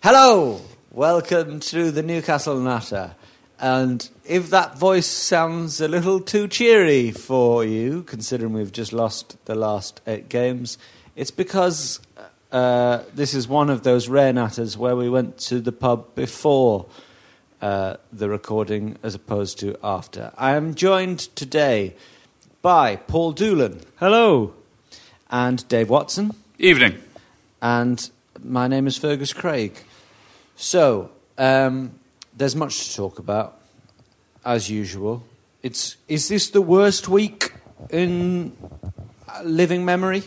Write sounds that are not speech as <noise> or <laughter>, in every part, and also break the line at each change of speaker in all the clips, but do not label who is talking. Hello, welcome to the Newcastle Nutter. And if that voice sounds a little too cheery for you, considering we've just lost the last eight games, it's because uh, this is one of those rare nutters where we went to the pub before uh, the recording as opposed to after. I am joined today by Paul Doolan. Hello. And Dave Watson.
Evening.
and my name is Fergus Craig. So, um, there's much to talk about, as usual. It's is this the worst week in uh, living memory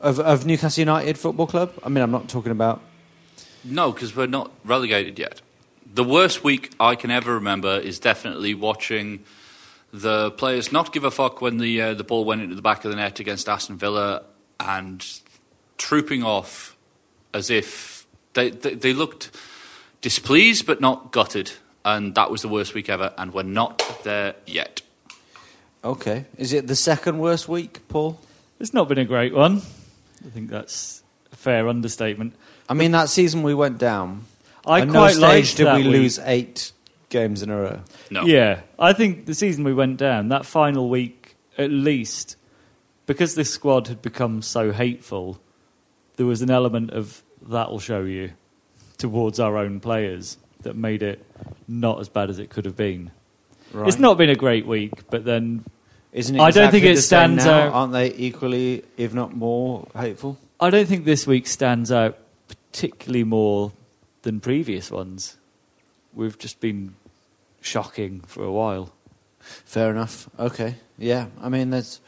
of, of Newcastle United Football Club? I mean, I'm not talking about
No, because we're not relegated yet. The worst week I can ever remember is definitely watching the players not give a fuck when the uh, the ball went into the back of the net against Aston Villa and trooping off as if they they, they looked displeased but not gutted, and that was the worst week ever. And we're not there yet.
okay. Is it the second worst week, Paul?
It's not been a great one. I think that's a fair understatement.
I mean, that season we went down.
I
At no
quite
stage
liked
did
that
we
week.
lose eight games in a row.
No.
Yeah, I think the season we went down, that final week at least, because this squad had become so hateful, there was an element of that'll show you towards our own players that made it not as bad as it could have been.
Right.
It's not been a great week, but then
Isn't it
I don't think
exactly
it
the same
stands
now?
out.
Aren't they equally, if not more, hateful?
I don't think this week stands out particularly more than previous ones. We've just been shocking for a while.
Fair enough. Okay. Yeah. I mean, there's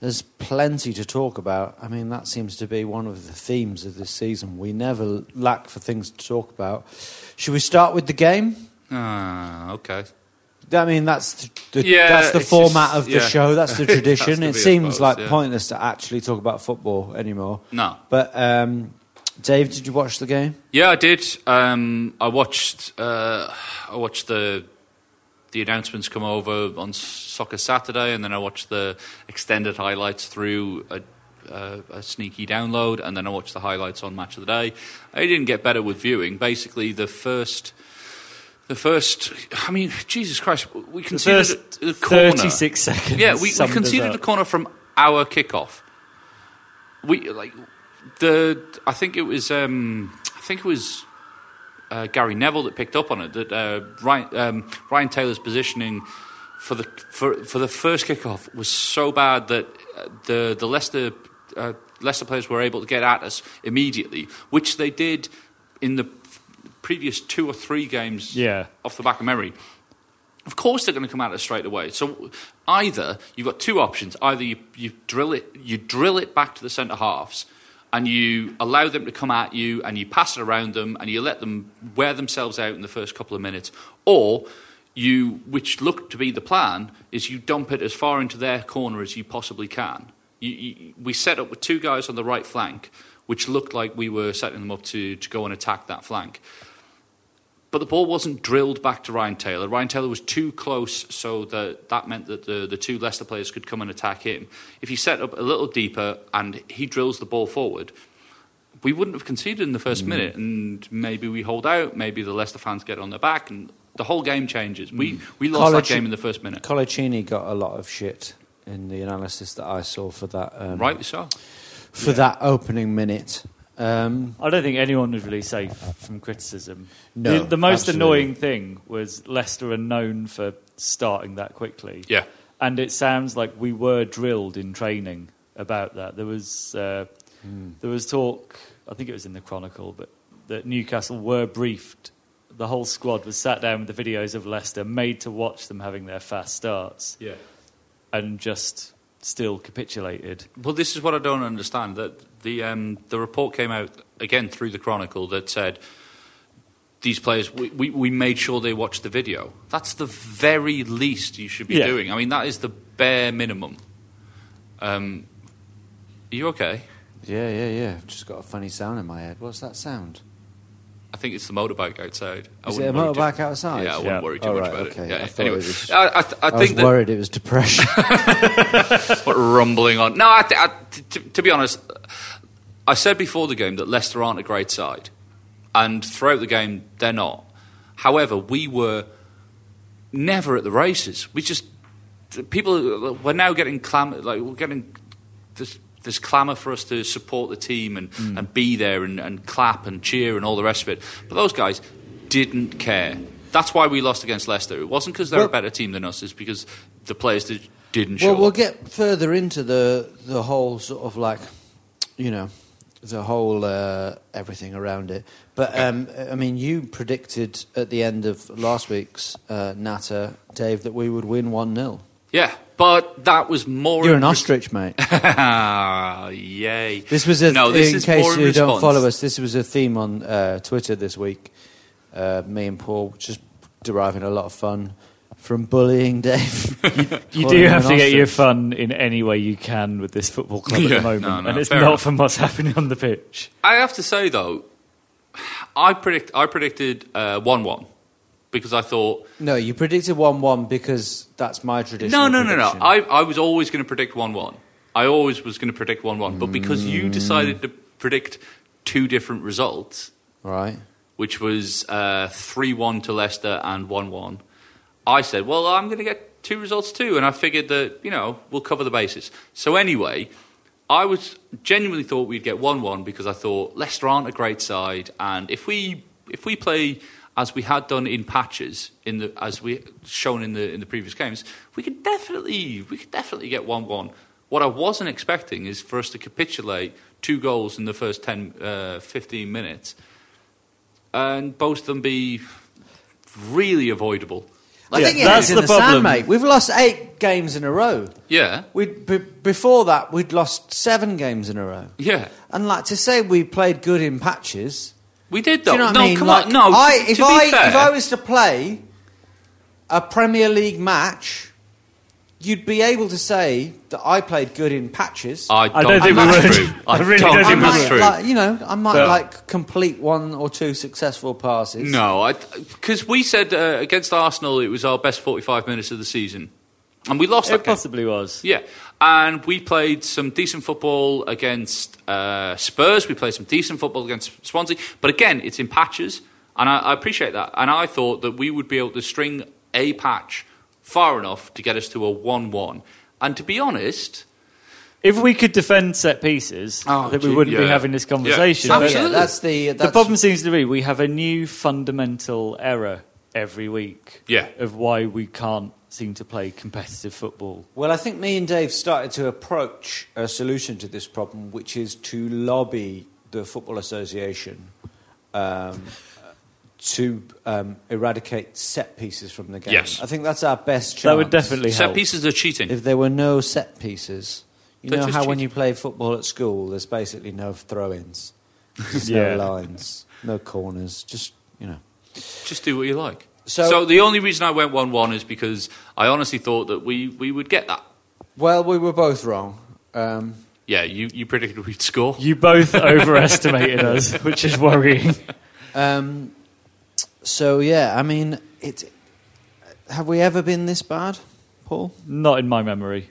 there's plenty to talk about. I mean, that seems to be one of the themes of this season. We never l- lack for things to talk about. Should we start with the game?
Ah, okay.
I mean, that's the, the,
Yeah,
that's the
it's
format
just-
of the
yeah.
show. That's
<laughs>
the
It has
tradition.
to
it
be, I
seems
suppose,
like
yeah.
pointless to actually talk about football anymore.
No.
But um, Dave, did you watch the game?
Yeah, I did. Um, I watched. Uh, I watched the the announcements come over on Soccer Saturday, and then I watched the extended highlights through a, uh, a sneaky download, and then I watched the highlights on Match of the Day. I didn't get better with viewing. Basically, the first. The first, I mean, Jesus Christ, we
The
considered
first
a corner.
36 seconds.
Yeah, we, we
summed us
conceded
up.
a corner from our kickoff. We like the. I think it was. Um, I think it was uh, Gary Neville that picked up on it. That uh, Ryan, um, Ryan Taylor's positioning for the for for the first kickoff was so bad that uh, the the Leicester uh, Leicester players were able to get at us immediately, which they did in the previous two or three games.
Yeah.
off the back of memory. Of course, they're going to come at us straight away. So either you've got two options: either you, you drill it, you drill it back to the centre halves, and you allow them to come at you, and you pass it around them, and you let them wear themselves out in the first couple of minutes, or you, which looked to be the plan, is you dump it as far into their corner as you possibly can. You, you, we set up with two guys on the right flank, which looked like we were setting them up to, to go and attack that flank But the ball wasn't drilled back to Ryan Taylor. Ryan Taylor was too close, so that that meant that the, the two Leicester players could come and attack him. If he set up a little deeper and he drills the ball forward, we wouldn't have conceded in the first minute, and maybe we hold out. Maybe the Leicester fans get on their back, and the whole game changes. We we lost
Colaci-
that game in the first minute,
Colaccini got a lot of shit in the analysis that I saw for that um,
rightly so.
for that opening minute. Um,
I don't think anyone was really safe from criticism.
No,
the, the most
absolutely.
annoying thing was Leicester are known for starting that quickly.
Yeah.
And it sounds like we were drilled in training about that. There was uh, there was talk, I think it was in the Chronicle, but that Newcastle were briefed. The whole squad was sat down with the videos of Leicester, made to watch them having their fast starts,
Yeah.
and just still capitulated.
Well, this is what I don't understand. That the um, the report came out again through the Chronicle that said these players we, we, we made sure they watched the video. That's the very least you should be
Yeah.
doing. I mean, that is the bare minimum. Um, are you okay?
yeah, yeah, yeah. I've just got a funny sound in my head. What's that sound?
I think it's the motorbike outside. I
Is it a
wouldn't worry too-
motorbike outside?
Yeah, I
Yeah.
wouldn't worry too
All
much
right,
about
okay.
it. Yeah,
I thought it
anyway,
was-
I, I, th- I
I, was
think that
worried it was
<laughs>
depression.
what rumbling on. No, I, th- I, t- t- to be honest, I said before the game that Leicester aren't a great side, and throughout the game they're not. However, we were never at the races. We just people we're now getting clam like we're getting this this clamour for us to support the team and,
Mm.
and be there and, and clap and cheer and all the rest of it. But those guys didn't care. That's why we lost against Leicester. It wasn't because they're
Well-
a better team than us. It's because the players did, didn't show
well, we'll
up.
get further into the the whole sort of like, you know, the whole uh, everything around it. But um, I mean, you predicted at the end of last week's uh, Natter, Dave, that we would win one 0
Yeah, but that was more.
You're
in
an
res-
ostrich, mate.
<laughs> Ah, yay!
This was a
no. This
in
is
case
more in
you don't
response.
follow us. This was a theme on uh, Twitter this week. Uh, me and Paul just deriving a lot of fun from bullying Dave.
<laughs>
<laughs>
You
Calling
do
him
have
an
to get your
ostrich.
fun in any way you can with this football club at
Yeah,
the moment,
no, no,
and it's
fair
not
enough.
from what's happening on the pitch.
I have to say though, I predict I predicted uh, one one because I thought
No, you predicted one-one because that's my tradition.
no no no no I I was always going to predict one one. I always was going to predict one one, but because you
Mm.
decided to predict two different results,
right.
which was uh, three one to Leicester and one one, I said, well, I'm going to get two results too, and I figured that you know we'll cover the bases. So anyway, I was genuinely thought we'd get one one because I thought Leicester aren't a great side, and if we if we play as we had done in patches in the as we shown in the in the previous games, we could definitely we could definitely get one one. What I wasn't expecting is for us to capitulate two goals in the first 10, uh, 15 minutes and both of them be really avoidable.
I think
Yeah,
it
that's
is in
the
the, sand,
problem.
mate. We've lost eight games in a row.
Yeah,
We b- before that we'd lost seven games in a row.
yeah,
And like to say we played good in patches.
we did
Do
though.
you know what
no,
I mean?
come
Like,
on, no.
I,
to
if
be
I
fair,
if I was to play a Premier League match, you'd be able to say that I played good in patches.
I
I
don't,
don't think we
that's
would.
True.
<laughs> I really
don't
don't
think
think we
that's
might,
would.
true.
like, you know, I might
But-
like complete one or two successful passes.
No, because we said uh, against Arsenal it was our best forty-five minutes of the season, and we lost
It
that game.
possibly was.
Yeah, and we played some decent football against uh, Spurs. We played some decent football against Swansea, but again, it's in patches, and I, I appreciate that. And I thought that we would be able to string a patch far enough to get us to a one-one. And to be honest,
If we could defend set pieces,
Oh,
I think we
gee,
wouldn't be
yeah.
having this
Yeah,
conversation.
So,
but
yeah,
absolutely.
that's the that's
the problem seems to be we have a new fundamental error every week
Yeah.
of why we can't seem to play competitive football.
Well, I think me and Dave started to approach a solution to this problem, which is to lobby the Football Association um, to um, eradicate set pieces from the game.
Yes.
I think that's our best chance.
That would definitely help.
set pieces are cheating.
If there were no set pieces, you
They're
know
just
how when
cheating.
you play football at school, there's basically no throw ins, there's
Yeah.
no lines, no corners, just, you know.
Just do what you like.
So-
So, the only reason I went one-one is because I honestly thought that we, we would get that.
Well, we were both wrong. Um,
Yeah, you, you predicted we'd score.
<laughs> You both overestimated us, which is worrying.
Um, So yeah, I mean, it. Have we ever been this bad, Paul?
Not in my memory.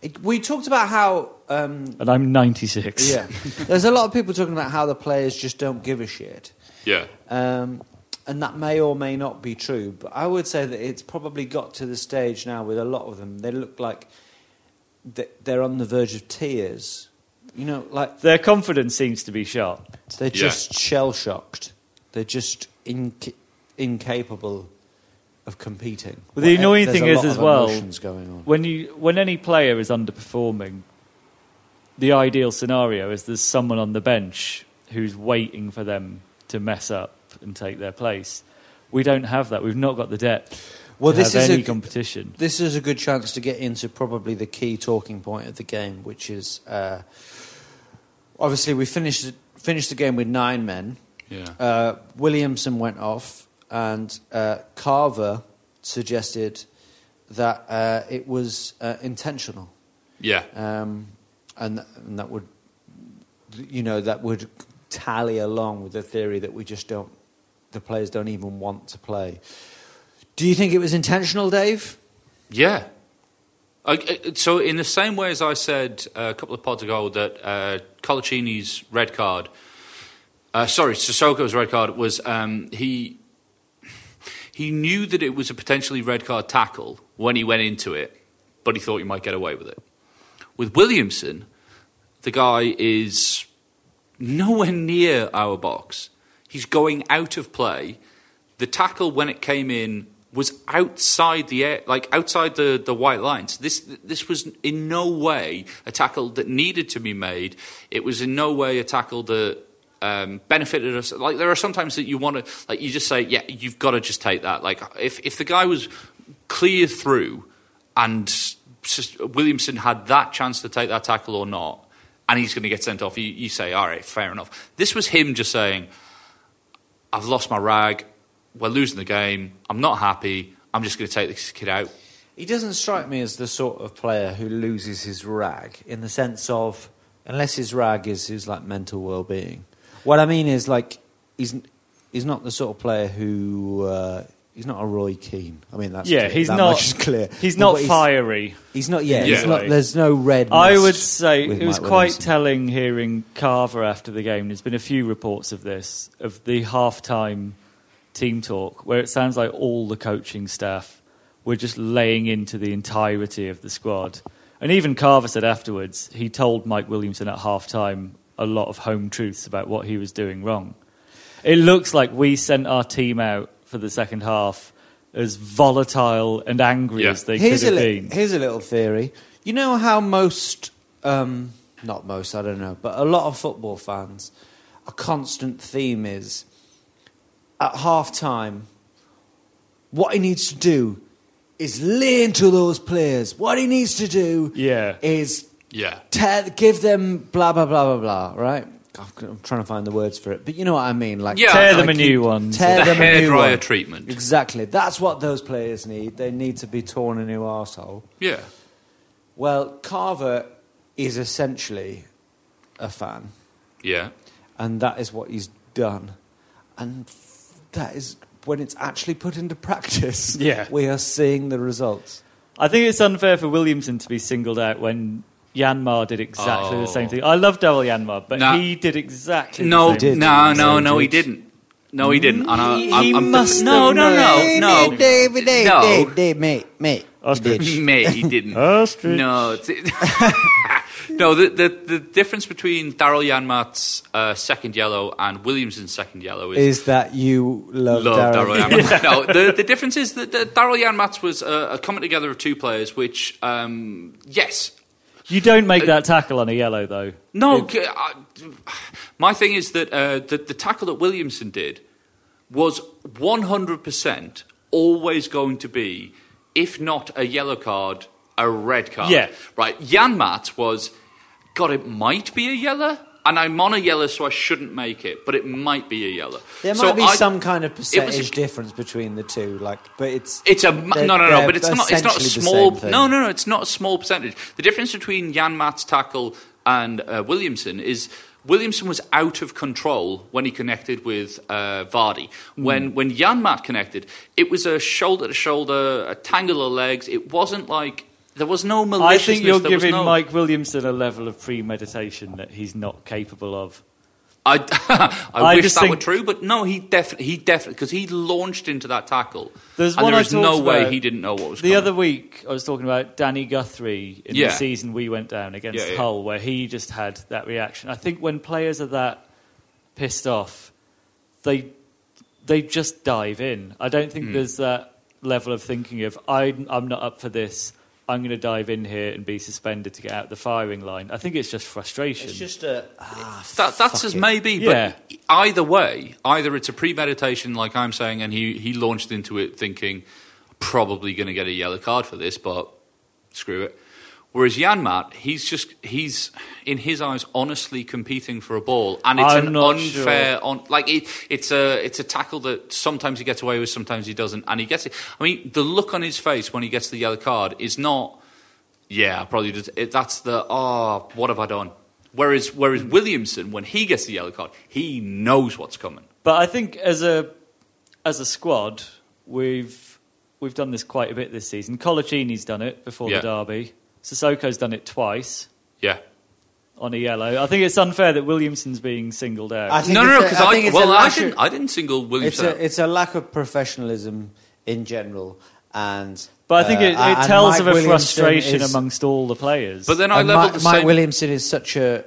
It, we talked about how. Um,
And I'm 96.
yeah, <laughs> there's a lot of people talking about how the players just don't give a shit,
Yeah.
um, and that may or may not be true. But I would say that it's probably got to the stage now with a lot of them. They look like th- they're on the verge of tears. You know, like
Their confidence seems to be shot.
They're
Yeah.
just shell shocked. They're just inca- incapable of competing.
Well, the
Well,
annoying
there's
thing
a
is
lot
as
of
well
emotions going on.
when you when any player is underperforming, the ideal scenario is there's someone on the bench who's waiting for them to mess up and take their place. We don't have that. We've not got the depth.
Well,
to
this
have
is
any
a-
competition.
This is a good chance to get into probably the key talking point of the game, which is uh, obviously we finished finished the game with nine men.
Yeah.
Uh, Williamson went off, and uh, Carver suggested that uh, it was uh, intentional.
Yeah.
um, and, th- and that would, you know, that would tally along with the theory that we just don't, the players don't even want to play. Do you think it was intentional, Dave?
Yeah. I, I- so, in the same way as I said uh, a couple of pods ago that uh, Colaccini's red card, uh, sorry, Sissoko's red card was um, he he knew that it was a potentially red card tackle when he went into it, but he thought he might get away with it. With Williamson, the guy is nowhere near our box. He's going out of play. The tackle when it came in was outside the air, like outside the, the white lines. This this was in no way a tackle that needed to be made. It was in no way a tackle that um, benefited us. Like there are sometimes that you want to like you just say, yeah, you've got to just take that. Like if if the guy was clear through and s- Williamson had that chance to take that tackle or not, and he's going to get sent off, you, you say, all right, fair enough. This was him just saying, I've lost my rag, we're losing the game, I'm not happy, I'm just going to take this kid out.
He doesn't strike me as the sort of player who loses his rag in the sense of, unless his rag is his like mental well being. What I mean is like he's n- he's not the sort of player who uh, he's not a Roy Keane. I mean that's
yeah,
clear.
he's
That
not
much is clear.
He's
But
not
what
fiery.
He's not. Yeah, he's
Yeah.
not, there's no red.
I
mist
would say
with
it was
Mike
quite
Williamson.
telling hearing Carver after the game. There's been a few reports of this, of the halftime team talk, where it sounds like all the coaching staff were just laying into the entirety of the squad. And even Carver said afterwards, he told Mike Williamson at halftime a lot of home truths about what he was doing wrong. It looks like we sent our team out for the second half as volatile and angry
Yeah.
as they
here's
could have
a li-
been.
here's a little theory. You know how most, um, not most, I don't know, but a lot of football fans, a constant theme is at half time, what he needs to do is lean to those players. What he needs to do
Yeah.
is
Yeah.
tell, give them blah, blah, blah, blah, blah, right? I'm I'm trying to find the words for it, but you know what I mean. Like
Yeah. Tear
them a
keep-
new one.
Tear
The
them a new
hairdryer
one.
treatment.
Exactly. That's what those players need. They need to be torn a new arsehole.
Yeah.
Well, Carver is essentially a fan,
Yeah.
and that is what he's done. And f- that is when it's actually put into practice.
<laughs> Yeah.
we are seeing the results.
I think it's unfair for Williamson to be singled out when Yanmar did exactly
Oh.
the same thing. I love Daryl Yanmar, but
Nah.
he did exactly
No,
the same
no, no,
He
no, he
did.
didn't. No, he didn't. And I,
He-
I'm,
he
I'm
must
no,
have
no, no,
known.
no,
He
David, David,
No.
David, David, mate, mate.
Ostrich.
Mate, he didn't.
Ostrich.
No, it's- <laughs> no. The, the the difference between Daryl Yanmat's uh, second yellow and Williamson's second yellow is,
Is that you love,
love
Daryl?
Daryl Yanmat. <laughs> No, the, the difference is that, that Daryl Yanmat was uh, a, a coming together of two players, which um, yes,
You don't make that tackle on a yellow, though.
No, g- I- my thing is that uh, the, the tackle that Williamson did was 100% always going to be, if not a yellow card, a red card.
Yeah.
Right. Yanmat was, God, it might be a yellow. And I'm on a yellow, so I shouldn't make it, but it might be a yellow.
There
So
might be
I-
some kind of
it
percentage
was a-
difference between the two, like, but it's
it's a ma-
they're-
no, no, no.
they're
But it's not. It's not a
essentially the
small.
same thing.
No, no, no. It's not a small percentage. The difference between Jan Mat's tackle and uh, Williamson is Williamson was out of control when he connected with uh, Vardy.
Hmm.
When when Janmat connected, it was a shoulder to shoulder, a tangle of legs. It wasn't like there was no
I
maliciousness.
think you're
there was
giving
no-
Mike Williamson a level of premeditation that he's not capable of.
<laughs> I, I,
I
wish
just
that were
think-
true, but no, he definitely, he definitely, because he launched into that tackle.
There's
and
one
there
I
is no
talked
way
about.
he didn't know what was
The
coming.
other week, I was talking about Danny Guthrie in
Yeah.
the season we went down against
Yeah, yeah.
Hull, where he just had that reaction. I think when players are that pissed off, they they just dive in. I don't
Hmm.
think there's that level of thinking of I, I'm not up for this. I'm going to dive in here and be suspended to get out the firing line. I think it's just frustration.
It's just a. Ah,
That, that's
fuck
as
it.
maybe,
Yeah.
but either way, either it's a premeditation, like I'm saying, and he, he launched into it thinking, probably going to get a yellow card for this, but screw it. Whereas Janmat, he's just, he's, in his eyes, honestly competing for a ball. And it's
I'm
an
not
unfair, on, like, it, it's, a, it's a tackle that sometimes he gets away with, sometimes he doesn't. And he gets it. I mean, the look on his face when he gets the yellow card is not, yeah, I probably just it, that's the oh, what have I done? Whereas whereas Williamson, when he gets the yellow card, he knows what's coming.
But I think as a as a squad, we've we've done this quite a bit this season. Colaccini's done it before
Yeah.
the derby. Sissoko's done it twice
Yeah.
on a yellow. I think it's unfair that Williamson's being singled out.
I think
No,
it's
no, no.
a-
Because
I
I,
think it's a
well, I
lack of-
didn't. I didn't single
It's
Williamson. out.
a, it's a lack of professionalism in general, and
but I think
uh,
it, it
and
tells
Mike
of a
Williamson
frustration
is-
amongst all the players.
but then I
and
leveled
Mi-
the
Mike
same.
Williamson is such a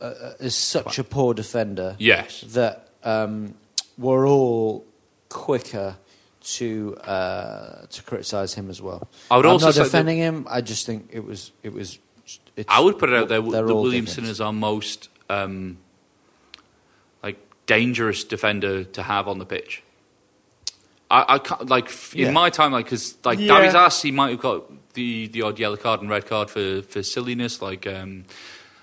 uh, is such a poor defender.
Yes.
that um, we're all quicker to uh, to criticise him as well.
I would
I'm
also
not
say that-
defending him. I just think it was it was. It's,
I would put it out there
they're
that
all
Williamson
different.
is our most um, like dangerous defender to have on the pitch. I, I can't, like f- in
Yeah.
my time, like because like
Yeah.
Gary's ass, he might have got the, the odd yellow card and red card for, for silliness, like um,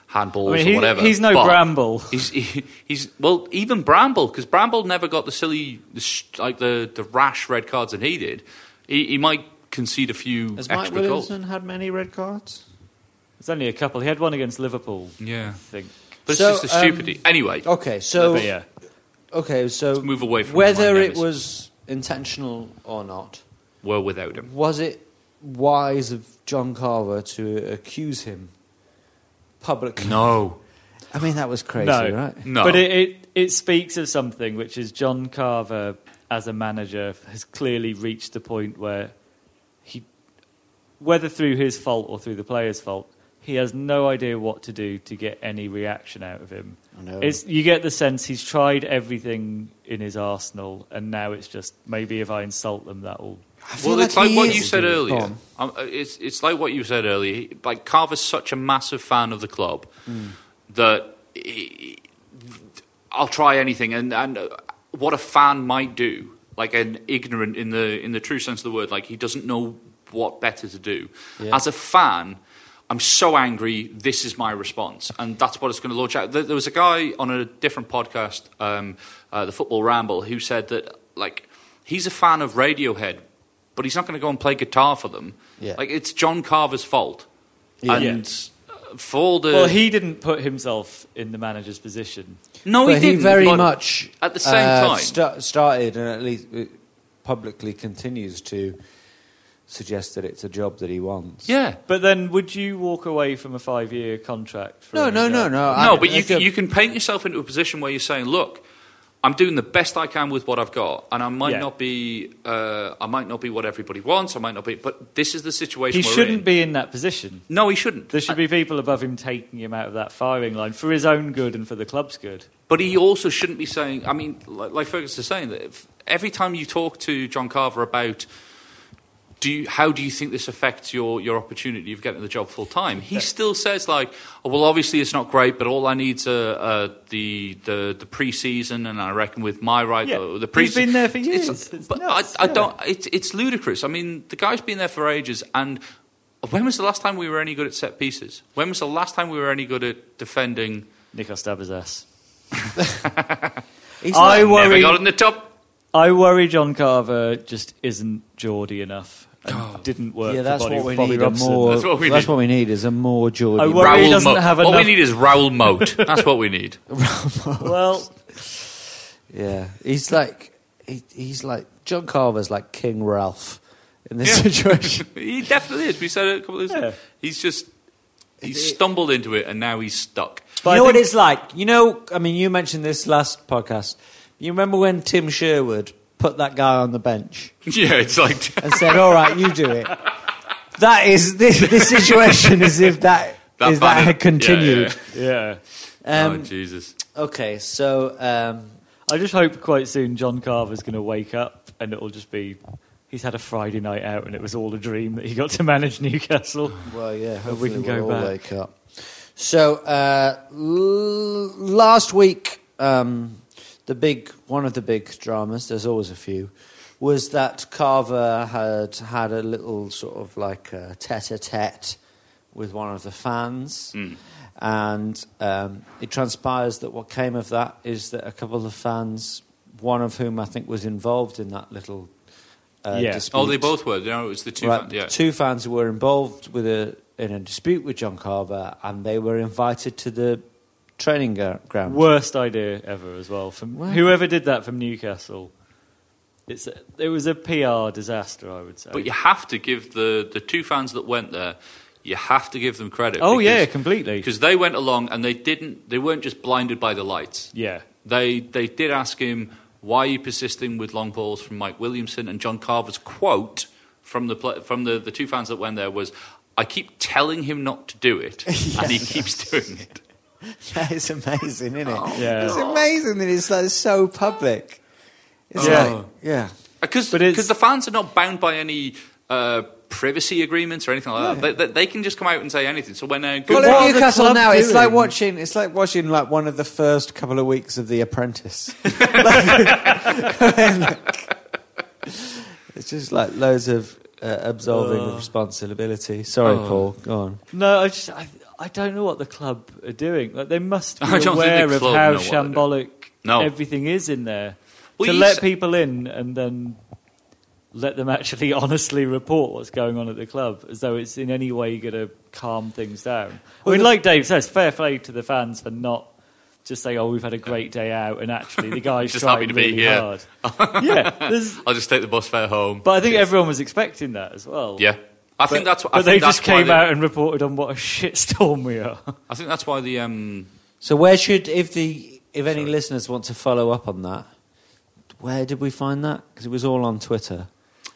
handballs
I mean,
or
he-
whatever.
he's no
but
Bramble.
He's he, he's well, even Bramble because Bramble never got the silly the, sh- like the, the rash red cards that he did. He, he might concede a few
Has Mike
extra
Williamson
goals.
had many red cards?
There's only a couple. He had one against Liverpool,
Yeah,
I think.
but it's
So,
just the
um,
stupidity. anyway,
Okay, so
But yeah,
okay, so
move away from
whether
my
it
names.
was intentional or not.
were without him.
Was it wise of John Carver to accuse him publicly?
No.
I mean, that was crazy,
no,
right?
No.
But it, it it speaks of something, which is John Carver as a manager has clearly reached the point where he, whether through his fault or through the player's fault, he has no idea what to do to get any reaction out of him.
I know.
It's, you get the sense he's tried everything in his arsenal, and now it's just maybe if I insult them, that will.
I feel
Well, it's like
he
what
is-
you said
Go
earlier.
on.
Um, uh, it's it's like what you said earlier. Like Carver's such a massive fan of the club
Mm.
that he- I'll try anything. And and uh, what a fan might do, like an ignorant in the in the true sense of the word, like he doesn't know what better to do. As a fan, I'm so angry. This is my response, and that's what it's going to launch out. There, there was a guy on a different podcast, um, uh, the Football Ramble, who said that like he's a fan of Radiohead, but he's not going to go and play guitar for them.
Yeah.
Like it's John Carver's fault, and. uh, For all the
Well, he didn't put himself in the manager's position.
no,
But
he
he,
didn't.
very
but
much
at the same
uh,
time.
sta- started and at least uh, publicly continues to suggest that it's a job that he wants.
yeah,
But then, would you walk away from a five-year contract? For
No,
him?
no, no, no.
no,
I-
but you
it's
can,
a-
you can paint yourself into a position where you're saying, look, I'm doing the best I can with what I've got, and I might
Yeah.
not be, uh, I might not be what everybody wants, I might not be, but this is the situation.
He
we're
shouldn't
in.
be in that position.
No, he shouldn't.
There should be people above him taking him out of that firing line for his own good and for the club's good.
But he also shouldn't be saying. I mean, like, like Fergus is saying that if, every time you talk to John Carver about. Do you, how do you think this affects your, your opportunity of getting the job full time? He still says like, oh, well, obviously it's not great, but all I need's uh, uh, the the the preseason, and I reckon with my right, uh,
Yeah.
the, the preseason.
He's been there for years. It's
but
nuts,
I, I
yeah.
don't. It's it's ludicrous. I mean, the guy's been there for ages, and when was the last time we were any good at set pieces? When was the last time we were any good at defending?
Nikos Stabber's ass.
<laughs> He's
I
not-
Never
worry.
got in the top.
I worry John Carver just isn't Geordie enough and didn't
Oh.
work
Yeah,
for
that's
Bobby,
what we
Bobby
need. A
Robson.
more,
That's what we need.
need Oh, is a more
I
Geordie.
worry- Well, he
Raoul
doesn't
Moat.
have
What we
enough-
need is Raoul
<laughs>
Moat. That's what we need.
<laughs> Well,
yeah, <laughs> he's like he, he's like John Carver's like King Ralph in this <laughs> situation.
he definitely is. We said it a couple of days.
Yeah.
He's just he's stumbled into it and now he's stuck.
I
you know what
think-
it's like? You know, I mean, you mentioned this last podcast. You remember when Tim Sherwood put that guy on the bench
<laughs> Yeah, it's like
and said, "All right, you do it." That is this, this situation is if that
that,
is that
banner-
had continued.
yeah.
Yeah, yeah.
Um,
oh Jesus!
okay, so um,
I just hope quite soon John Carver's going to wake up and it'll just be he's had a Friday night out and it was all a dream that he got to manage Newcastle.
Well, yeah, hopefully
we can
we'll
go
all
back.
wake up. So uh, l- last week, um, the big one of the big dramas. There's always a few. Was that Carver had had a little sort of like a tete-a-tete with one of the fans,
Hmm.
and um, it transpires that what came of that is that a couple of fans, one of whom I think was involved in that little uh,
Yeah.
dispute.
Oh, they both were. No, it was the two.
Right,
fan- yeah.
two fans who were involved with a in a dispute with John Carver, and they were invited to the training gr- ground. <laughs>
Worst idea ever as well from whoever did that from Newcastle. It's a, it was a PR disaster, I would say.
But you have to give the the two fans that went there. You have to give them credit.
oh yeah,
because-
completely.
because they went along and they didn't. They weren't just blinded by the lights.
Yeah,
They they did ask him why are you persisting with long balls from Mike Williamson and John Carver's quote from the pla from the, the two fans that went there was I keep telling him not to do
<laughs>
it and he keeps doing it.
That is amazing, isn't it?
Yeah.
It's amazing that it's like so public. It's
Yeah.
like, yeah.
Because
But it's-
the fans are not bound by any uh, privacy agreements or anything like that. They, they, they can just come out and say anything. So when uh,
Well,
Google-
what
at
are the
Newcastle
club
now, it's
doing?
like watching. It's like watching like one of the first couple of weeks of The Apprentice. <laughs>
It's just like loads of uh, absolving of responsibility. Sorry, Paul. Go on.
no, I just I, I don't know what the club are doing. Like they must
<laughs>
be
I don't think the
aware of
club
how
know what they're doing.
shambolic
No.
everything is in there.
Well,
to
you
let
s-
people in and then let them actually <laughs> honestly report what's going on at the club as though it's in any way going to calm things down. I mean, like Dave says, fair play to the fans for not just saying, oh, we've had a great day out and
<laughs>
actually the guy's
Just
trying
happy to be
really
here. <laughs>
hard. yeah. there's-
I'll just take the bus fare home.
But I think everyone was expecting that as well.
yeah. I think that's. what- I
But they
think
just
that's why
came
they-
out and reported on what a <laughs> shitstorm
<laughs>
we are.
I think that's why the um,
So where should if the if any listeners want to follow up on that, where did we find that? Because it was all on Twitter.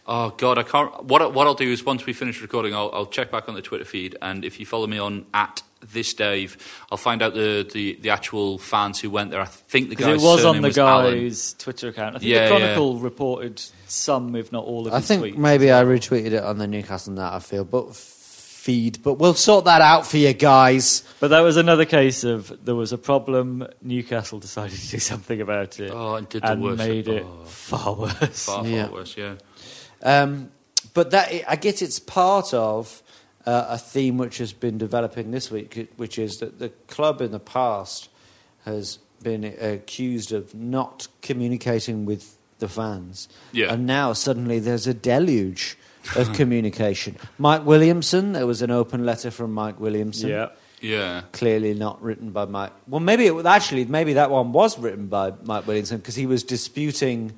Oh God, I can't. What I- what I'll do is once we finish recording, I'll, I'll check back on the Twitter feed, and if you follow me on at this Dave, I'll find out the, the, the actual fans who went there. I think the
Because
guy's
it was on
surname
the
Alan.
guy's Twitter account. I think
Yeah,
the Chronicle
yeah.
reported some, if not all, of
I
his
think
tweets.
maybe I retweeted it on the Newcastle Net. I feel, but f- feed. But we'll sort that out for you guys.
But that was another case of there was a problem. Newcastle <laughs> decided to do something about it.
Oh, and did the worst.
made it
Oh.
far worse.
Far, far
Yeah.
worse, yeah.
Um, but that I get it's part of uh, a theme which has been developing this week, which is that the club in the past has been accused of not communicating with the fans,
Yeah.
and now suddenly there's a deluge of communication. Mike Williamson, there was an open letter from Mike Williamson.
Yeah.
<laughs>
Yeah.
Clearly not written by Mike. Well, maybe it was actually maybe that one was written by Mike Williamson because he was disputing.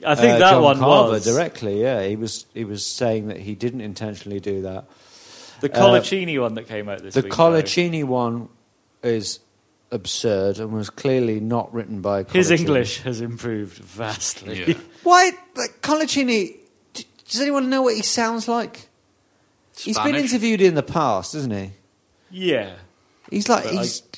<laughs> I think
uh,
that
John
one
Carver
was.
directly. Yeah, he was he was saying that he didn't intentionally do that.
The Colaccini one that came out this
uh, The
week. though,
Colaccini one is absurd and was clearly not written by
His
Colaccini.
English has improved vastly.
Yeah.
Why, like, Colaccini? d- Does anyone know what he sounds like? He's been
Spanish.
interviewed in the past, isn't he?
<laughs> Yeah.
He's like
But I-
he's. d-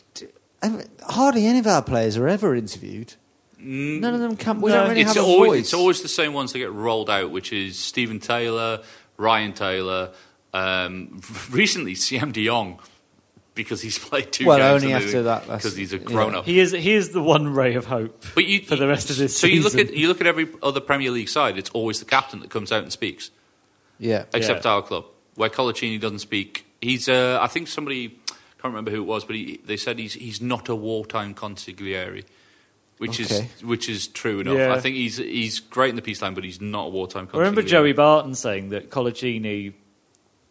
d- Hardly any of our players are ever interviewed. None of them come. We
Mm, No.
don't really
It's
have a
always
voice.
it's always the same ones that get rolled out, which is Stephen Taylor, Ryan Taylor, um, <laughs> recently Siam De Jong, because he's played two
Well,
games
only
and they-
after that last-
because he's a
yeah.
grown up.
He is, he is the one ray of hope
But you,
for the rest of this
so you look
season.
at you look at every other Premier League side. It's always the captain that comes out and speaks,
yeah.
except
Yeah.
our club, where Colaccini doesn't speak. He's, uh, I think somebody can't remember who it was, but he, they said he's he's not a wartime consigliere, which
Okay.
is which is true enough.
Yeah.
I think he's he's great in the peacetime, but he's not a wartime.
I remember
contributor.
Joey Barton saying that Colaccini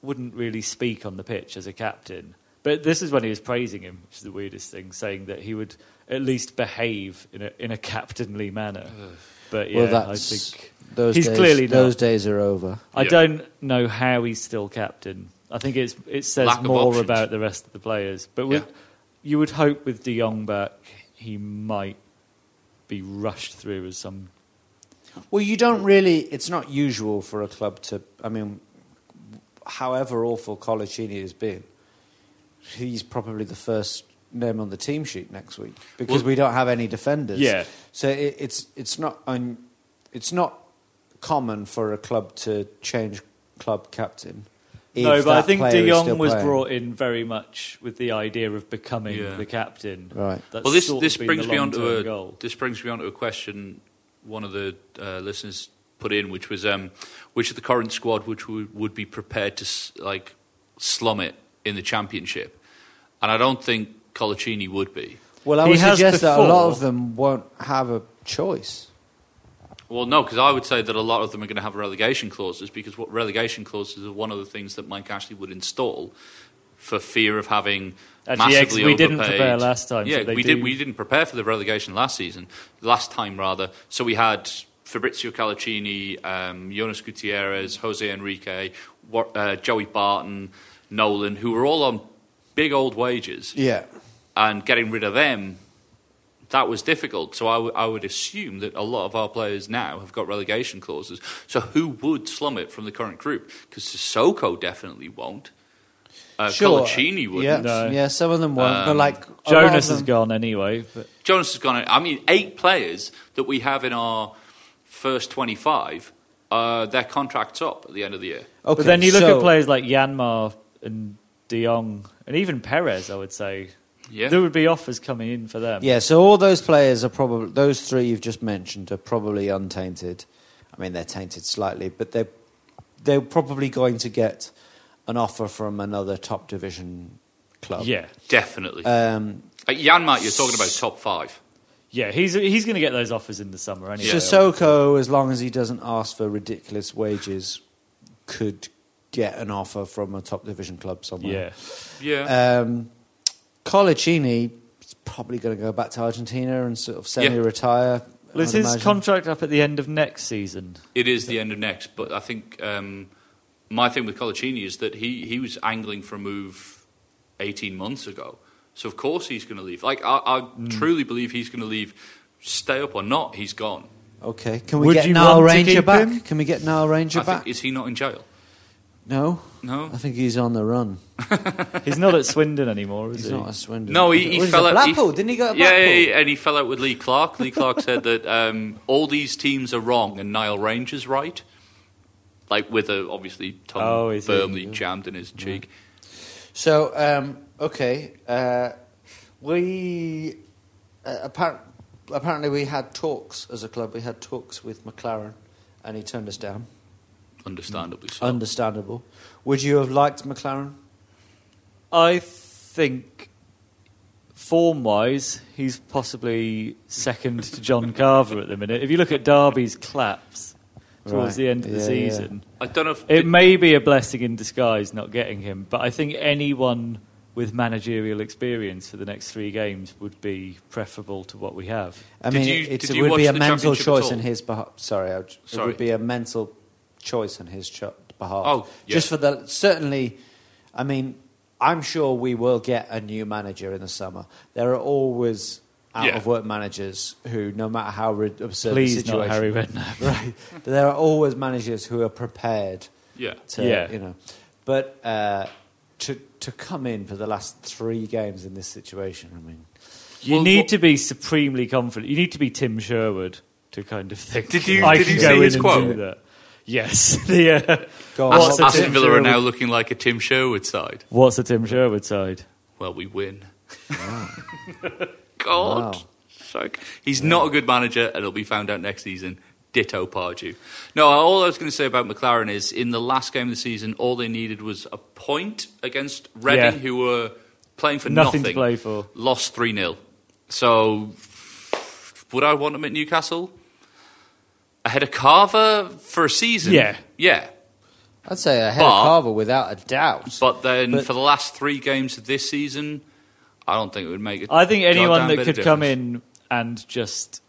wouldn't really speak on the pitch as a captain. But this is when he was praising him, which is the weirdest thing, saying that he would at least behave in a, in a captainly manner. But yeah,
well, that's
I think
those
he's
days,
clearly not.
those days are over.
I
Yeah.
don't know how he's still captain. I think it's it says
Lack of
more
options.
about the rest of the players. But with,
Yeah.
you would hope with De Jong back, he might be rushed through as some.
Well, you don't really. It's not usual for a club to. I mean, however awful Colaccini has been, he's probably the first name on the team sheet next week because
Well-
we don't have any defenders.
Yeah.
So it, it's it's not un, it's not common for a club to change club captain. if
no, but I
that
think
player
De
is
Jong
still
was
playing.
brought in very much with the idea of becoming
Yeah.
the captain.
Right.
That's
well, this
sort of
this
been
brings
the
me onto
long-term
a
goal.
this brings me onto a question one of the uh, listeners put in, which was um, which of the current squad which would, would be prepared to s- like slum it in the championship, and I don't think Colaccini would be.
Well, I
He
would
has
suggest that a lot
before.
of them won't have a choice.
Well, no, because I would say that a lot of them are going to have relegation clauses because what relegation clauses are one of the things that Mike Ashley would install for fear of having
Actually, yeah, 'cause
massively
we didn't
overpaid-
prepare last time, so
Yeah,
they
we
do-
did. We didn't prepare for the relegation last season, last time rather. So we had Fabrizio Calaccini, um, Jonas Gutierrez, Jose Enrique, Wa- uh, Joey Barton, Nolan, who were all on big old wages
Yeah.
and getting rid of them, that was difficult. So I, w- I would assume that a lot of our players now have got relegation clauses. So who would slum it from the current group? Because Sissoko definitely won't. Uh, Colaccini
Yeah,
wouldn't.
No. Um,
yeah, some of them won't. but like a lot
Jonas
of
is
them-
gone anyway. But
Jonas has gone. I mean, eight players that we have in our first 25, uh, their contract's up at the end of the year.
Okay,
but then you look
so-
at players like Yanmar and De Jong and even Perez. I would say
Yeah.
there would be offers coming in for them.
Yeah, so all those players are probably those three you've just mentioned are probably untainted. I mean, they're tainted slightly, but they they're probably going to get an offer from another top division club.
yeah,
Definitely.
Um,
Uh, Jan Mart, you're talking about top five.
yeah. He's he's going to get those offers in the summer anyway.
Sissoko, as long as he doesn't ask for ridiculous wages, could get an offer from a top division club somewhere.
Yeah,
Yeah.
Um, Colaccini is probably going to go back to Argentina and sort of semi-retire. I
well, is
would
his
imagine.
contract up at the end of next season?
It is the end of next, but I think um, my thing with Colaccini is that he, he was angling for a move 18 months ago. So, of course, he's going to leave. Like, I, I
Hmm.
truly believe he's going to leave. Stay up or not, he's gone.
okay, can we
Would
get
you
Niall
want to
Ranger
keep
back?
him?
Can we get Niall Ranger
I
back?
think, is he not in jail?
no,
No.
I think he's on the run.
He's not at Swindon anymore, is
He's
he?
not a Swindon.
No,
What
he, he
is it,
fell out.
Blackpool, didn't he go to Blackpool?
Yeah, yeah, yeah, and he fell out with Lee Clark.
<laughs>
Lee Clark said that um, all these teams are wrong and Niall Ranger's right. Like, with a, obviously, tongue
Oh, is he?
firmly jammed in his cheek.
So um, okay, uh, we uh, appar- apparently we had talks as a club. We had talks with McLaren, and he turned us down.
Understandably so.
Understandable. Would you have liked McLaren?
I think form wise, he's possibly second
<laughs>
to John Carver at the minute. If you look at Derby's claps
Right.
towards the end of the
Yeah, yeah.
season,
I don't know if.
it may be a blessing in disguise not getting him, but I think anyone with managerial experience for the next three games would be preferable to what we have.
I
Did
mean,
you-
it's,
did
it
you
would be
watch
a
the
mental
championship at
choice
all?
in his behalf. Sorry, I, would- it
Sorry.
would be a mental choice on his cho- behalf.
Oh, yeah.
just for the certainly. I mean, I'm sure we will get a new manager in the summer. There are always out
Yeah.
of work managers who, no matter how rid- absurd the
Please,
situation,
not Harry Redknapp.
<laughs>
<laughs>
right? There are always managers who are prepared
yeah.
to
Yeah.
you know, but uh, to to come in for the last three games in this situation. I mean,
You
Well,
need
what-
to be supremely confident. You need to be Tim Sherwood to kind of think.
Did you-
I
did
can
you
go
see
in
his
and
quote?
do that. Yes. <laughs> the, uh,
Go on.
what's,
Aston,
a
Aston
Tim
Villa are
Sherwood,
now looking like a Tim Sherwood side.
what's a Tim Sherwood side?
Well, we win. God.
Wow.
Psych. He's not a good manager, and it'll be found out next season. Ditto Pardew. No, all I was going to say about McLaren is in the last game of the season, all they needed was a point against Reading,
Yeah.
who were playing for
Nothing
nothing.
to play for.
Lost 3 0. So would I want him at Newcastle? Ahead of Carver for a season?
Yeah.
Yeah.
I'd say ahead
But-
of Carver without a doubt.
But then for the last three games of this season, I don't think it would make it.
I think anyone that could come in and just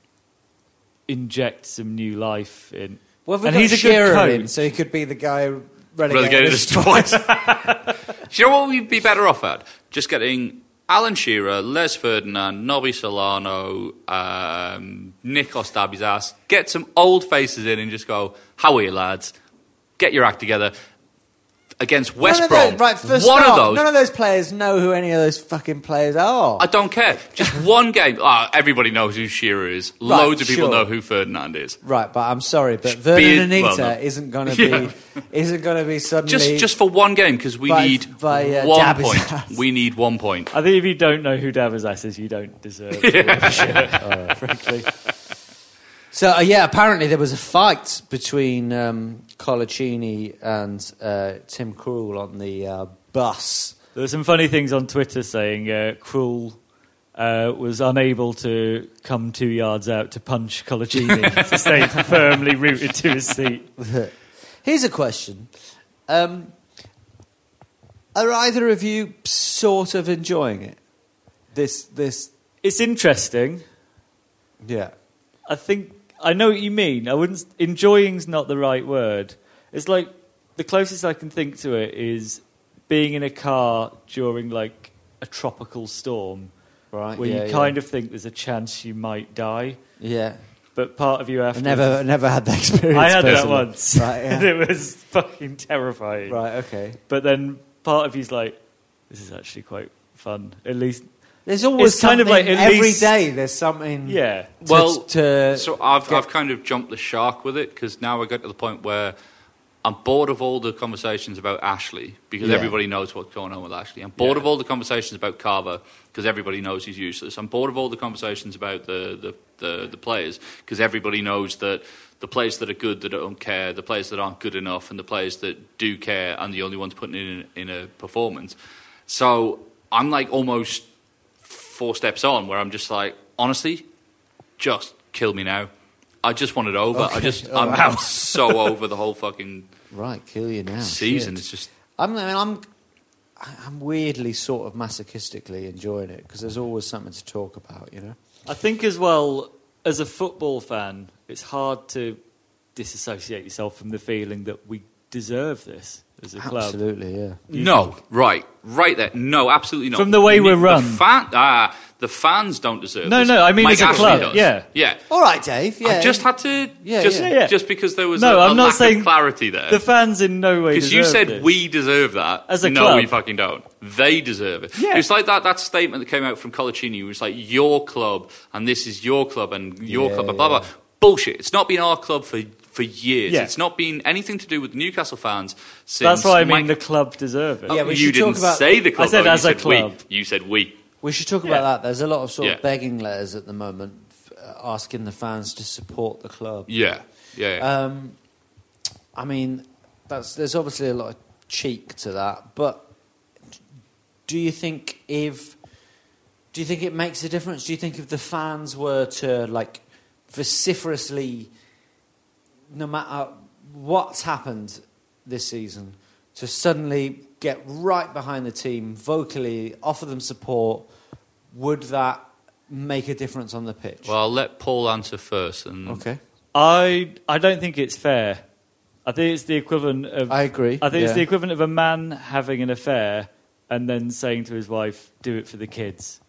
inject some new life in.
well, we
and
got
he's a
Shearer
good coach.
in, so he could be the guy relegated.
relegated us twice. Do <laughs>
<laughs>
you know what we'd be better off at? Just getting Alan Shearer, Les Ferdinand, Nobby Solano, um, Nick Ostabi's ass. Get some old faces in and just go, "How are you, lads? Get your act together." Against West
None of
Brom,
those, right, first
one
off,
of those.
None of those players know who any of those fucking players are.
I don't care. Just
<laughs>
one game. Ah, everybody knows who Shearer is. Loads of people
sure.
know who Ferdinand is.
right, but I'm sorry, but
Be
Vernon
it-
Anita
well, no.
isn't going to
<laughs> Yeah.
be isn't going to be suddenly
Just, just for one game because we
By-
need
by, uh,
one
Dabby's
point.
ass.
We need one point.
I think if you don't know who Davizas is, you don't deserve it. frankly.
So uh, yeah, apparently there was a fight between um, Colaccini and uh, Tim Krul on the uh, bus.
There were some funny things on Twitter saying uh, Krul uh, was unable to come two yards out to punch Colaccini to stay firmly rooted to his seat.
Here's a question: um, Are either of you sort of enjoying it? This, this,
It's interesting.
yeah.
I think I know what you mean. I wouldn't. Enjoying's not the right word. It's like the closest I can think to it is being in a car during like a tropical storm,
Right,
Where
yeah,
you
yeah.
kind of think there's a chance you might die,
Yeah,
but part of you
I
after
never, never had that <laughs> experience.
<laughs> I had that
personally.
once,
Right,
<laughs>
yeah.
and it was fucking terrifying.
right, okay.
But then part of you's like, this is actually quite fun. At least,
There's always
It's kind of
something-
like at
every
least-
day There's something.
yeah.
to- to-
so I've I've kind of jumped the shark with it because now I got to the point where I'm bored of all the conversations about Ashley because
Yeah.
everybody knows what's going on with Ashley. I'm bored of all the conversations about Carver because everybody knows he's useless. I'm bored of all the conversations about the the, the, the players because everybody knows that the players that are good that don't care, the players that aren't good enough, and the players that do care and the only ones putting in in a performance. So I'm like almost four steps on where I'm just like, honestly, just kill me now. I just want it over. I just,
Oh,
I'm, I'm
<laughs>
so over the whole fucking
right, kill you now.
season.
Shit.
It's just,
I'm, I mean, I'm, I'm weirdly sort of masochistically enjoying it because there's always something to talk about, you know.
I think as well as a football fan, it's hard to disassociate yourself from the feeling that we deserve this as a club.
Absolutely, yeah.
no, right, right there. No, absolutely not.
From the way
Ni-
we're run.
The, fan, ah, the fans don't deserve
No,
this.
no, I mean
Mike
as a
Ashley
club,
does.
yeah.
Yeah.
All right, Dave. Yeah,
I just had to,
Yeah,
just,
yeah.
Yeah, yeah.
just because there was a,
No,
a
I'm not
lack
saying-
of clarity there.
The fans in no way
Because you
deserve
said
this.
we deserve that.
As a
no,
club.
we fucking don't. They deserve it.
Yeah.
It's like that, that statement that came out from Colaccini. It was like, your club, and this is your club, and your
Yeah,
club, and blah, blah. Bullshit. It's not been our club for, for years.
Yeah.
It's not been anything to do with Newcastle fans since.
That's why I mean
Mike- Oh,
the club deserve it.
Yeah, we
you
should
didn't
talk about-
say the club.
I said
though. You
as a
we.
club.
You said we.
We should talk
Yeah.
about that. There's a lot of sort
Yeah.
of begging letters at the moment, f- uh, asking the fans to support the club.
Yeah. Yeah. yeah.
Um, I mean, that's there's obviously a lot of cheek to that, but do you think if do you think it makes a difference? Do you think if the fans were to like vociferously, no matter what's happened this season, to suddenly get right behind the team vocally, offer them support, would that make a difference on the pitch?
well, I'll let Paul answer first. And
okay,
I I don't think it's fair. I think it's the equivalent of
I agree,
I think it's
yeah.
the equivalent of a man having an affair and then saying to his wife, "Do it for the kids."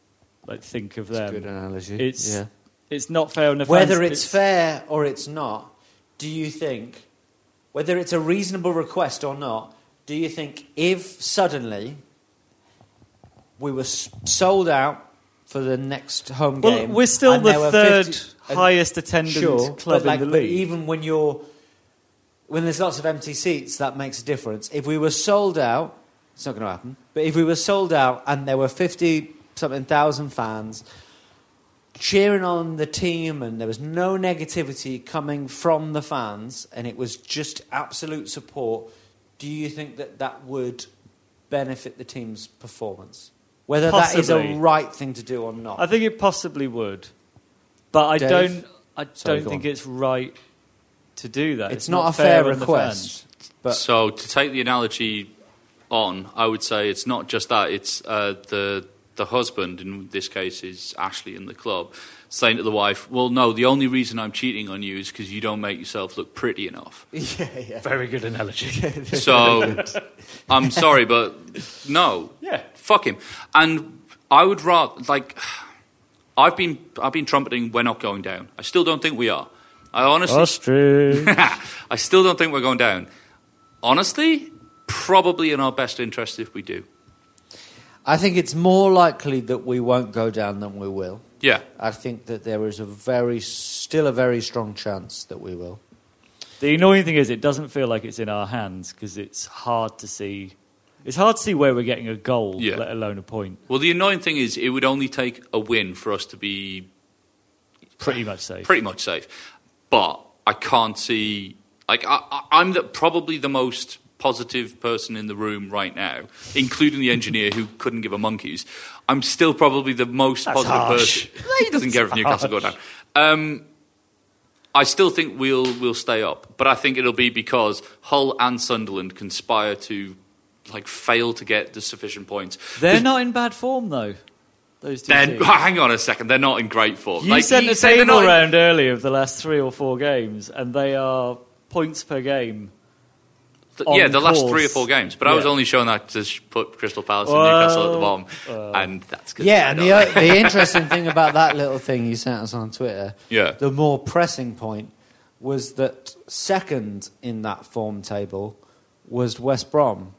Like think of them.
good analogy.
It's
Yeah.
it's not fair on the fans.
whether it's, fair or it's not, do you think, whether it's a reasonable request or not, do you think if suddenly we were s- sold out for the next home
Well,
game,
we're still
and
the
there were
third
50 and-
highest attendance
sure,
club
but like,
in the league.
Even when you're when there's lots of empty seats, that makes a difference. If we were sold out, it's not going to happen. But if we were sold out and there were fifty something thousand fans cheering on the team, and there was no negativity coming from the fans, and it was just absolute support, do you think that that would benefit the team's performance? Whether that is
Possibly.
a right thing to do or not.
I think it possibly would. But I
Dave?
don't. I
Sorry,
don't
go
think
on.
it's right to do that.
It's, not, a fair,
on the fans.
request. <laughs> But
so to take the analogy on, I would say it's not just that; it's uh, the the husband in this case is Ashley in the club saying to the wife, "Well, no, the only reason I'm cheating on you is because you don't make yourself look pretty enough."
Very good analogy.
So I'm sorry, but no.
Yeah.
Fuck him. And I would rather like I've been I've been trumpeting we're not going down. I still don't think we are. I honestly
Austria.
<laughs> I still don't think we're going down. Honestly, probably in our best interest if we do.
I think it's more likely that we won't go down than we will.
Yeah.
I think that there is a very, still a very strong chance that we will.
<laughs> The annoying thing is, it doesn't feel like it's in our hands because it's hard to see. It's hard to see where we're getting a goal,
Yeah.
let alone a point.
Well, the annoying thing is it would only take a win for us to be
Pretty much safe.
pretty much safe. But I can't see. Like I, I, I'm the, probably the most positive person in the room right now, including the engineer who couldn't give a monkeys. I'm still probably the most positive
harsh. <laughs>
person. He doesn't care if Newcastle go down. Um, I still think we'll we'll stay up, but I think it'll be because Hull and Sunderland conspire to like fail to get the sufficient points.
They're not in bad form though. Those two.
Then <laughs>
teams.
hang on a second, they're not in great form.
You
Like,
sent
you
a
say they're
table
not in-
round earlier of the last three or four games, and they are points per game.
Th-
on
yeah, the last
course.
three or four games. But I was
Yeah.
only showing that to sh- put Crystal Palace
Well,
and Newcastle at the bottom, and that's good.
Yeah, and the, o- the
<laughs>
interesting thing about that little thing you sent us on Twitter,
Yeah.
the more pressing point was that second in that form table was West Brom,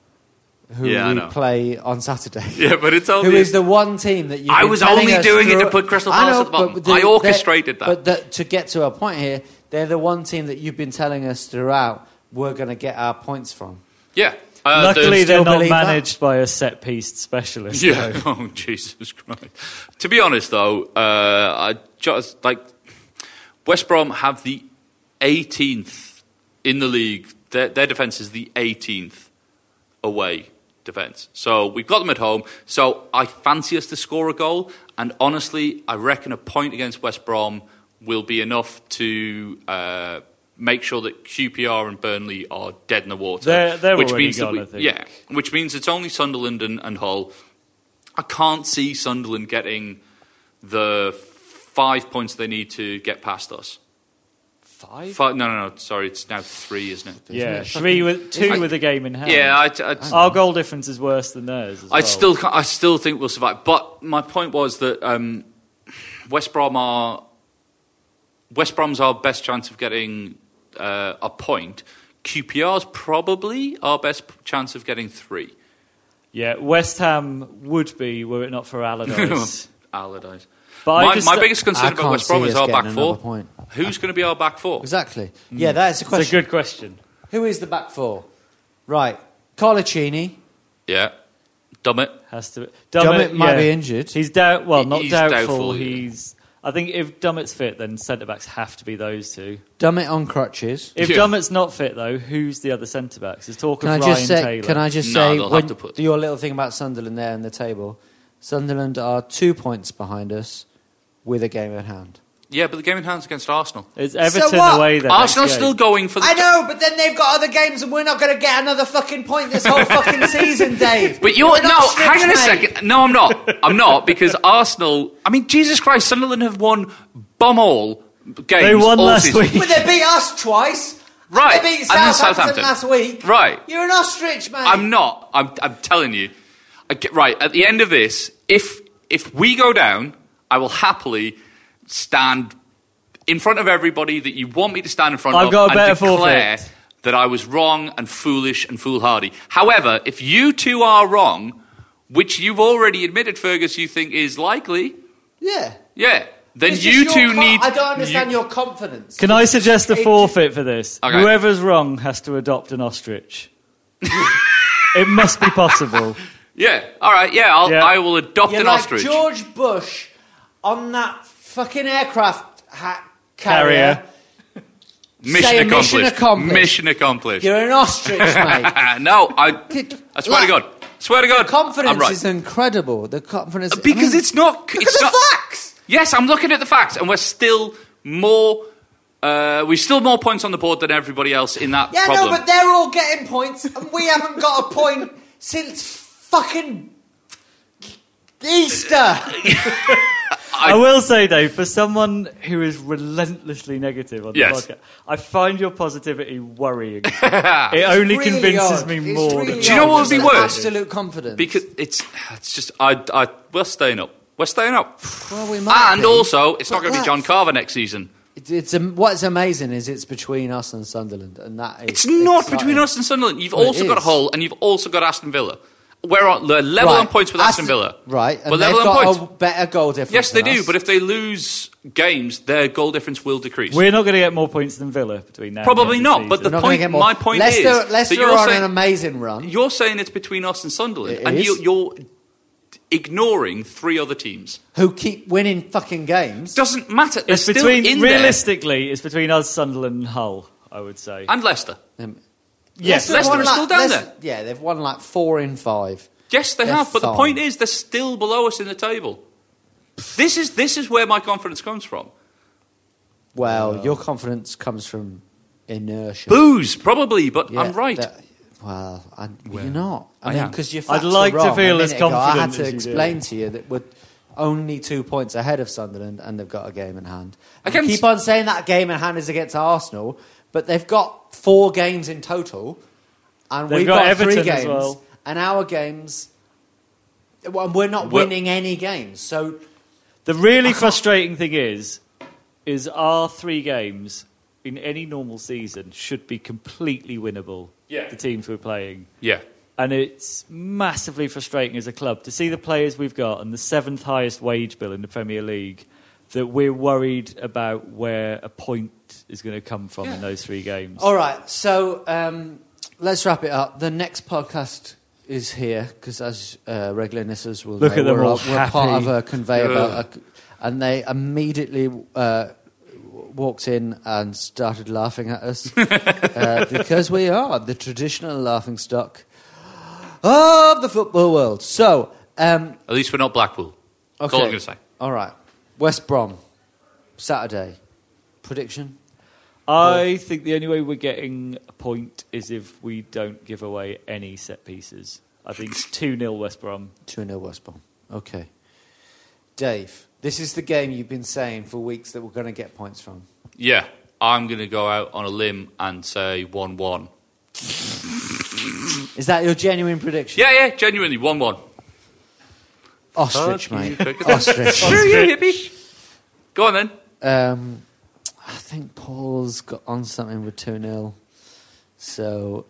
who
Yeah, I
we
know.
play on Saturday.
<laughs> yeah, but
<laughs>
it's
Who
only
is the one team that you?
I was only doing it to put Crystal Palace at the bottom. I orchestrated that.
But the, to get to a point here, they're the one team that you've been telling us throughout we're going to get our points from.
yeah. Uh,
Luckily,
there's-
they're
still
not
believe that?
managed by a set piece
<laughs>
specialist.
yeah. Oh Jesus Christ! To be honest, though, uh, I just like West Brom have the 18th in the league. Their, their defense is the 18th away defense. So we've got them at home. So I fancy us to score a goal. And honestly, I reckon a point against West Brom will be enough to uh, make sure that QPR and Burnley are dead in the water.
They're- they're
which
already
means that
gone,
we,
I think.
yeah, which means it's only Sunderland and, and Hull. I can't see Sunderland getting the five points they need to get past us.
Five?
Five, no, no, no. Sorry, it's now three, isn't it?
Yeah, three with two with a game in hand.
Yeah, I, I,
our goal difference is worse than theirs. As
I
well.
still, ca- I still think we'll survive. But my point was that um, West Brom are West Brom's our best chance of getting uh, a point. QPR's probably our best p- chance of getting three.
Yeah, West Ham would be were it not
<laughs>
for Allardyce.
Allardyce.
But I
my,
just-
my biggest concern
I
about
can't
West Brom
see
is
us
our
getting
back
another
four. Mm.
point.
Who's going to be our back four?
Exactly. Yeah, that is the
it's a
question.
good question.
Who is the back four? Right, Colaccini.
Yeah, dumb it.
Has to.
Dummett might
yeah.
be injured.
He's doubt. Well, not
He's
doubtful.
doubtful, yeah.
He's. I think if Dummett's fit, then centre backs have to be those two.
Dummett on crutches.
If
Yeah.
Dummett's not fit, though, who's the other centre backs? There's talk
Can I
of
just
Ryan
say?
Taylor.
Can I just
No,
say
they'll have
when
to put-
your little thing about Sunderland there in the table? Sunderland are two points behind us with a game in hand.
Yeah, but the game in hand's against Arsenal.
It's Everton
what?
away then.
Arsenal's still going for the.
I know, but then they've got other games, and we're not going to get another fucking point this whole <laughs> fucking season, Dave.
But you're
We're not
no.
snitch,
Hang on a
mate.
second. No, I'm not. I'm
<laughs>
not because Arsenal. I mean, Jesus Christ, Sunderland have won bum all games.
They won
all
last
season.
week.
But they beat us twice.
Right,
They beat
and then
Southampton,
Southampton.
last week.
Right.
You're an ostrich, mate.
I'm not. I'm, I'm telling you. I get- right at the end of this, if if we go down, I will happily stand in front of everybody that you want me to stand in front
I've
of
got a
and
better
declare
forfeit.
that I was wrong and foolish and foolhardy. However, if you two are wrong, which you've already admitted, Fergus, you think is likely,
Yeah.
yeah, then
It's
you
just
two
your con-
need.
I don't understand
you-
your confidence.
Can I suggest a
It-
forfeit for this?
Okay.
Whoever's wrong has to adopt an ostrich. <laughs> it must be
<laughs>
possible.
Yeah, all right, yeah, I'll,
Yeah.
I will adopt
You're
an
like
ostrich.
George Bush on that fucking aircraft ha- carrier.
Carrier.
say
mission,
mission
accomplished.
accomplished.
Mission accomplished.
You're an
<laughs>
ostrich, mate.
Ah, no, I, I swear to
Look,
God. Swear to God.
Confidence
I'm right. Uh,
is incredible. The confidence
because
I mean,
it's not.
Look
it's
at
not,
the facts.
Yes, I'm looking at the facts, and we're still more. Uh, we're still more points on the board than everybody else in that
Yeah,
problem.
no, but they're all getting points, and we haven't got a point since fucking Easter.
I will say though, for someone who is relentlessly negative on the
Yes.
podcast, I find your
<laughs>
positivity worrying. it only
Really
convinces
odd.
me
It's
more.
really
than
Do you know
odd.
what would
Just
be
the
worse?
Absolute confidence.
because it's it's just I, I we're staying up. We're staying up,
well, we might
and
be.
also it's not
But
going to be
that-
John Carver next season.
It's, it's am- what's amazing is it's between us and Sunderland, and that is
It's not between
exciting.
us and Sunderland. You've
Well, it
also got
is.
Hull, and you've also got Aston Villa. We're on we're level
Right,
on points with Aston, Villa.
Right, and
we're level
they've
on
got
points.
a better goal difference.
Yes, they
than
do.
us.
But if they lose games, their goal difference will decrease.
We're not going to get more points than Villa between now. and the
Probably
end of
not, but
season.
the
We're not gonna
point-
get more.
my point
Leicester,
is that
Leicester
you're
are on
saying-
an amazing run.
You're saying it's between us and Sunderland,
It
and you,
is.
you're ignoring three other teams.
who keep winning fucking games.
Doesn't matter. They're
it's
still
between
in there.
realistically, it's between us, Sunderland, and Hull. I would say.
and Leicester.
Um,
yes,
Leicester
won
are still down there.
Yeah, they've won like four in five.
Yes, they
They're
have. But the
fine.
point is, they're still below us in the table. This is this is where my confidence comes from.
Well, your confidence comes from inertia.
Booze, probably, but
Yeah,
I'm right.
that- well, I, you're not. I,
I
mean,
am.
because you're.
I'd like to feel as
I had
confident
to
as you do.
explain to you that we're only two points ahead of Sunderland, and they've got a game in hand. And you
Against-
keep on saying that game in hand is against Arsenal, but they've got four games in total, and
They've
we've
got
got, three
Everton as
games,
well.
and our games. Well, we're not
We're-
winning any games, so
The really frustrating thing is, is our three games in any normal season should be completely winnable.
Yeah.
The teams we're playing.
Yeah,
And it's massively frustrating as a club to see the players we've got and the seventh highest wage bill in the Premier League that we're worried about where a point is going to come from in those three games.
All right, so um, let's wrap it up. The next podcast is here because, as uh, regular listeners will
Look
know,
at them
we're,
all
a- we're part
happy.
of a conveyor belt,
Ugh.
a- and they immediately uh, w- walked in and started laughing at
<laughs>
us uh, because we are the traditional laughing stock of the football world. So, um,
at least we're not Blackpool. That's all I'm
Okay.
going to say.
all right, West Brom Saturday prediction.
I think the only way we're getting a point is if we don't give away any set pieces. I think 2 0 West Brom.
2 0 West Brom. Okay. Dave, this is the game you've been saying for weeks that we're going to get points from.
Yeah, I'm going to go out on a limb and say one-one.
Is that your genuine prediction?
Yeah, yeah, genuinely one-one.
Ostrich, mate.
Fuck you.
Ostrich.
you hippie. Go on then.
um, I think Paul's got on something with 2 0. So.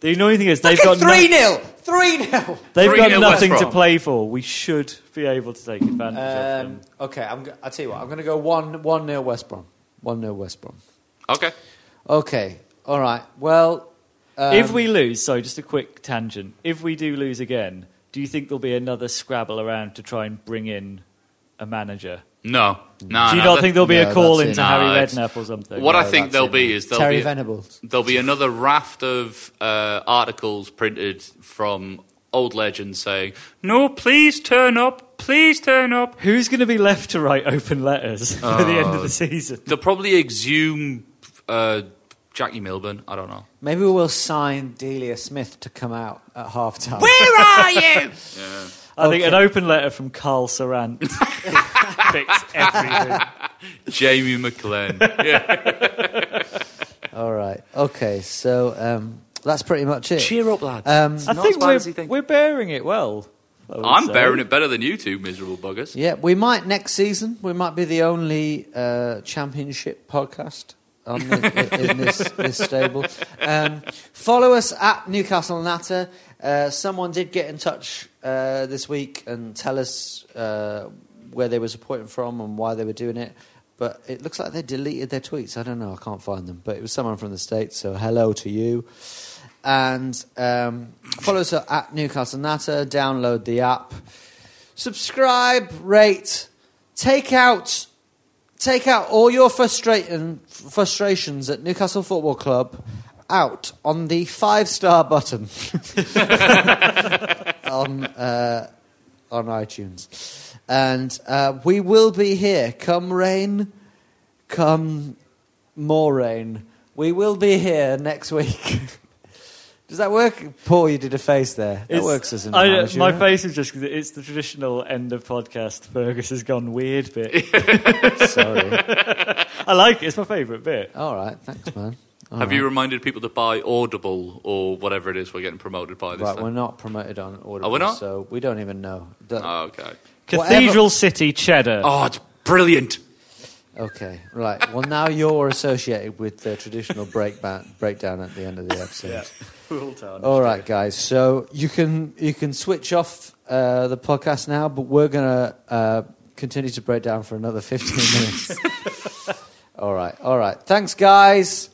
The annoying thing is they've got, no-
3 0! 3 0!
they've
3-0
got
West
nothing to
Brom.
play for. We should be able to take advantage of
Um,
them.
okay, I'm, go- I'll tell you what. I'm going to go 1 1 0 West Brom. 1 0 West Brom.
Okay.
Okay, all right. Well. Um,
if we lose, sorry, just a quick tangent. If we do lose again, do you think there'll be another scrabble around to try and bring in a manager?
No, no.
do you
no,
not think there'll be
no,
a call
that's
into
it.
Harry
No, it's-
Redknapp or something?
What I
No,
think
that's
there'll
it,
be
no.
is there'll
Terry
be
Venables.
there'll be another raft of uh, articles printed from old legends saying, "No, please turn up, please turn up."
Who's going to be left to write open letters <laughs> for the end of
Oh.
the season?
They'll probably exhume uh, Jackie Milburn. I don't know.
Maybe we'll sign Delia Smith to come out at half time.
Where are you?
I think an open letter from Carl <laughs> Sarant fix everything.
<laughs> Jamie McLean.
All right. Okay. So um, that's pretty much it.
Cheer up, lads.
Um,
I think we're, we're bearing it well.
I'm bearing it better than you two, miserable buggers.
yeah, we might next season. We might be the only uh, championship podcast on the, in this, this stable. Um, follow us at Newcastle Natter. Uh, someone did get in touch uh, this week and tell us uh, where they were supporting from and why they were doing it. But it looks like they deleted their tweets. I don't know. I can't find them. But it was someone from the States. So hello to you. and um, follow us at Newcastle Natter. Download the app, subscribe, rate, take out, take out all your frustrating frustrations at Newcastle Football Club out on the five star button on uh, on iTunes. And uh, we will be here. Come rain, come more rain. We will be here next week. <laughs> Does that work? Paul, you did a face there. That
It's-
works as an
I- uh,
analogy,
My
right?
face is just it's the traditional end of podcast. Fergus has gone weird bit.
Sorry.
I like it. It's my favourite bit.
All right. Thanks,
<laughs>
man. All
Have
right.
you reminded people to buy Audible or whatever it is we're getting promoted by this
Right,
thing?
we're not promoted on Audible,
Are we not?
so we don't even know. Don't-
Oh, okay.
Cathedral City Cheddar.
Oh, it's brilliant.
Okay, right. Well, now you're associated with the traditional breakdown, breakdown at the end of the episode.
<laughs>
All right, guys. So you can you can switch off uh, the podcast now, but we're gonna uh, continue to break down for another fifteen <laughs> minutes.
<laughs>
all right, all right. Thanks, guys.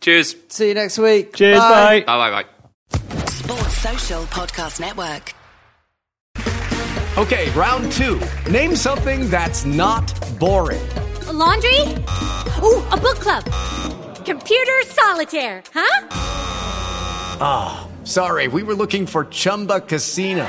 Cheers. Bye
See you next week.
Cheers, bye.
bye bye.
Sports Social Podcast Network.
Okay, round two. Name something that's not boring.
A laundry? Ooh, a book club. Computer solitaire, huh?
Ah, Sorry, we were looking for Chumba Casino.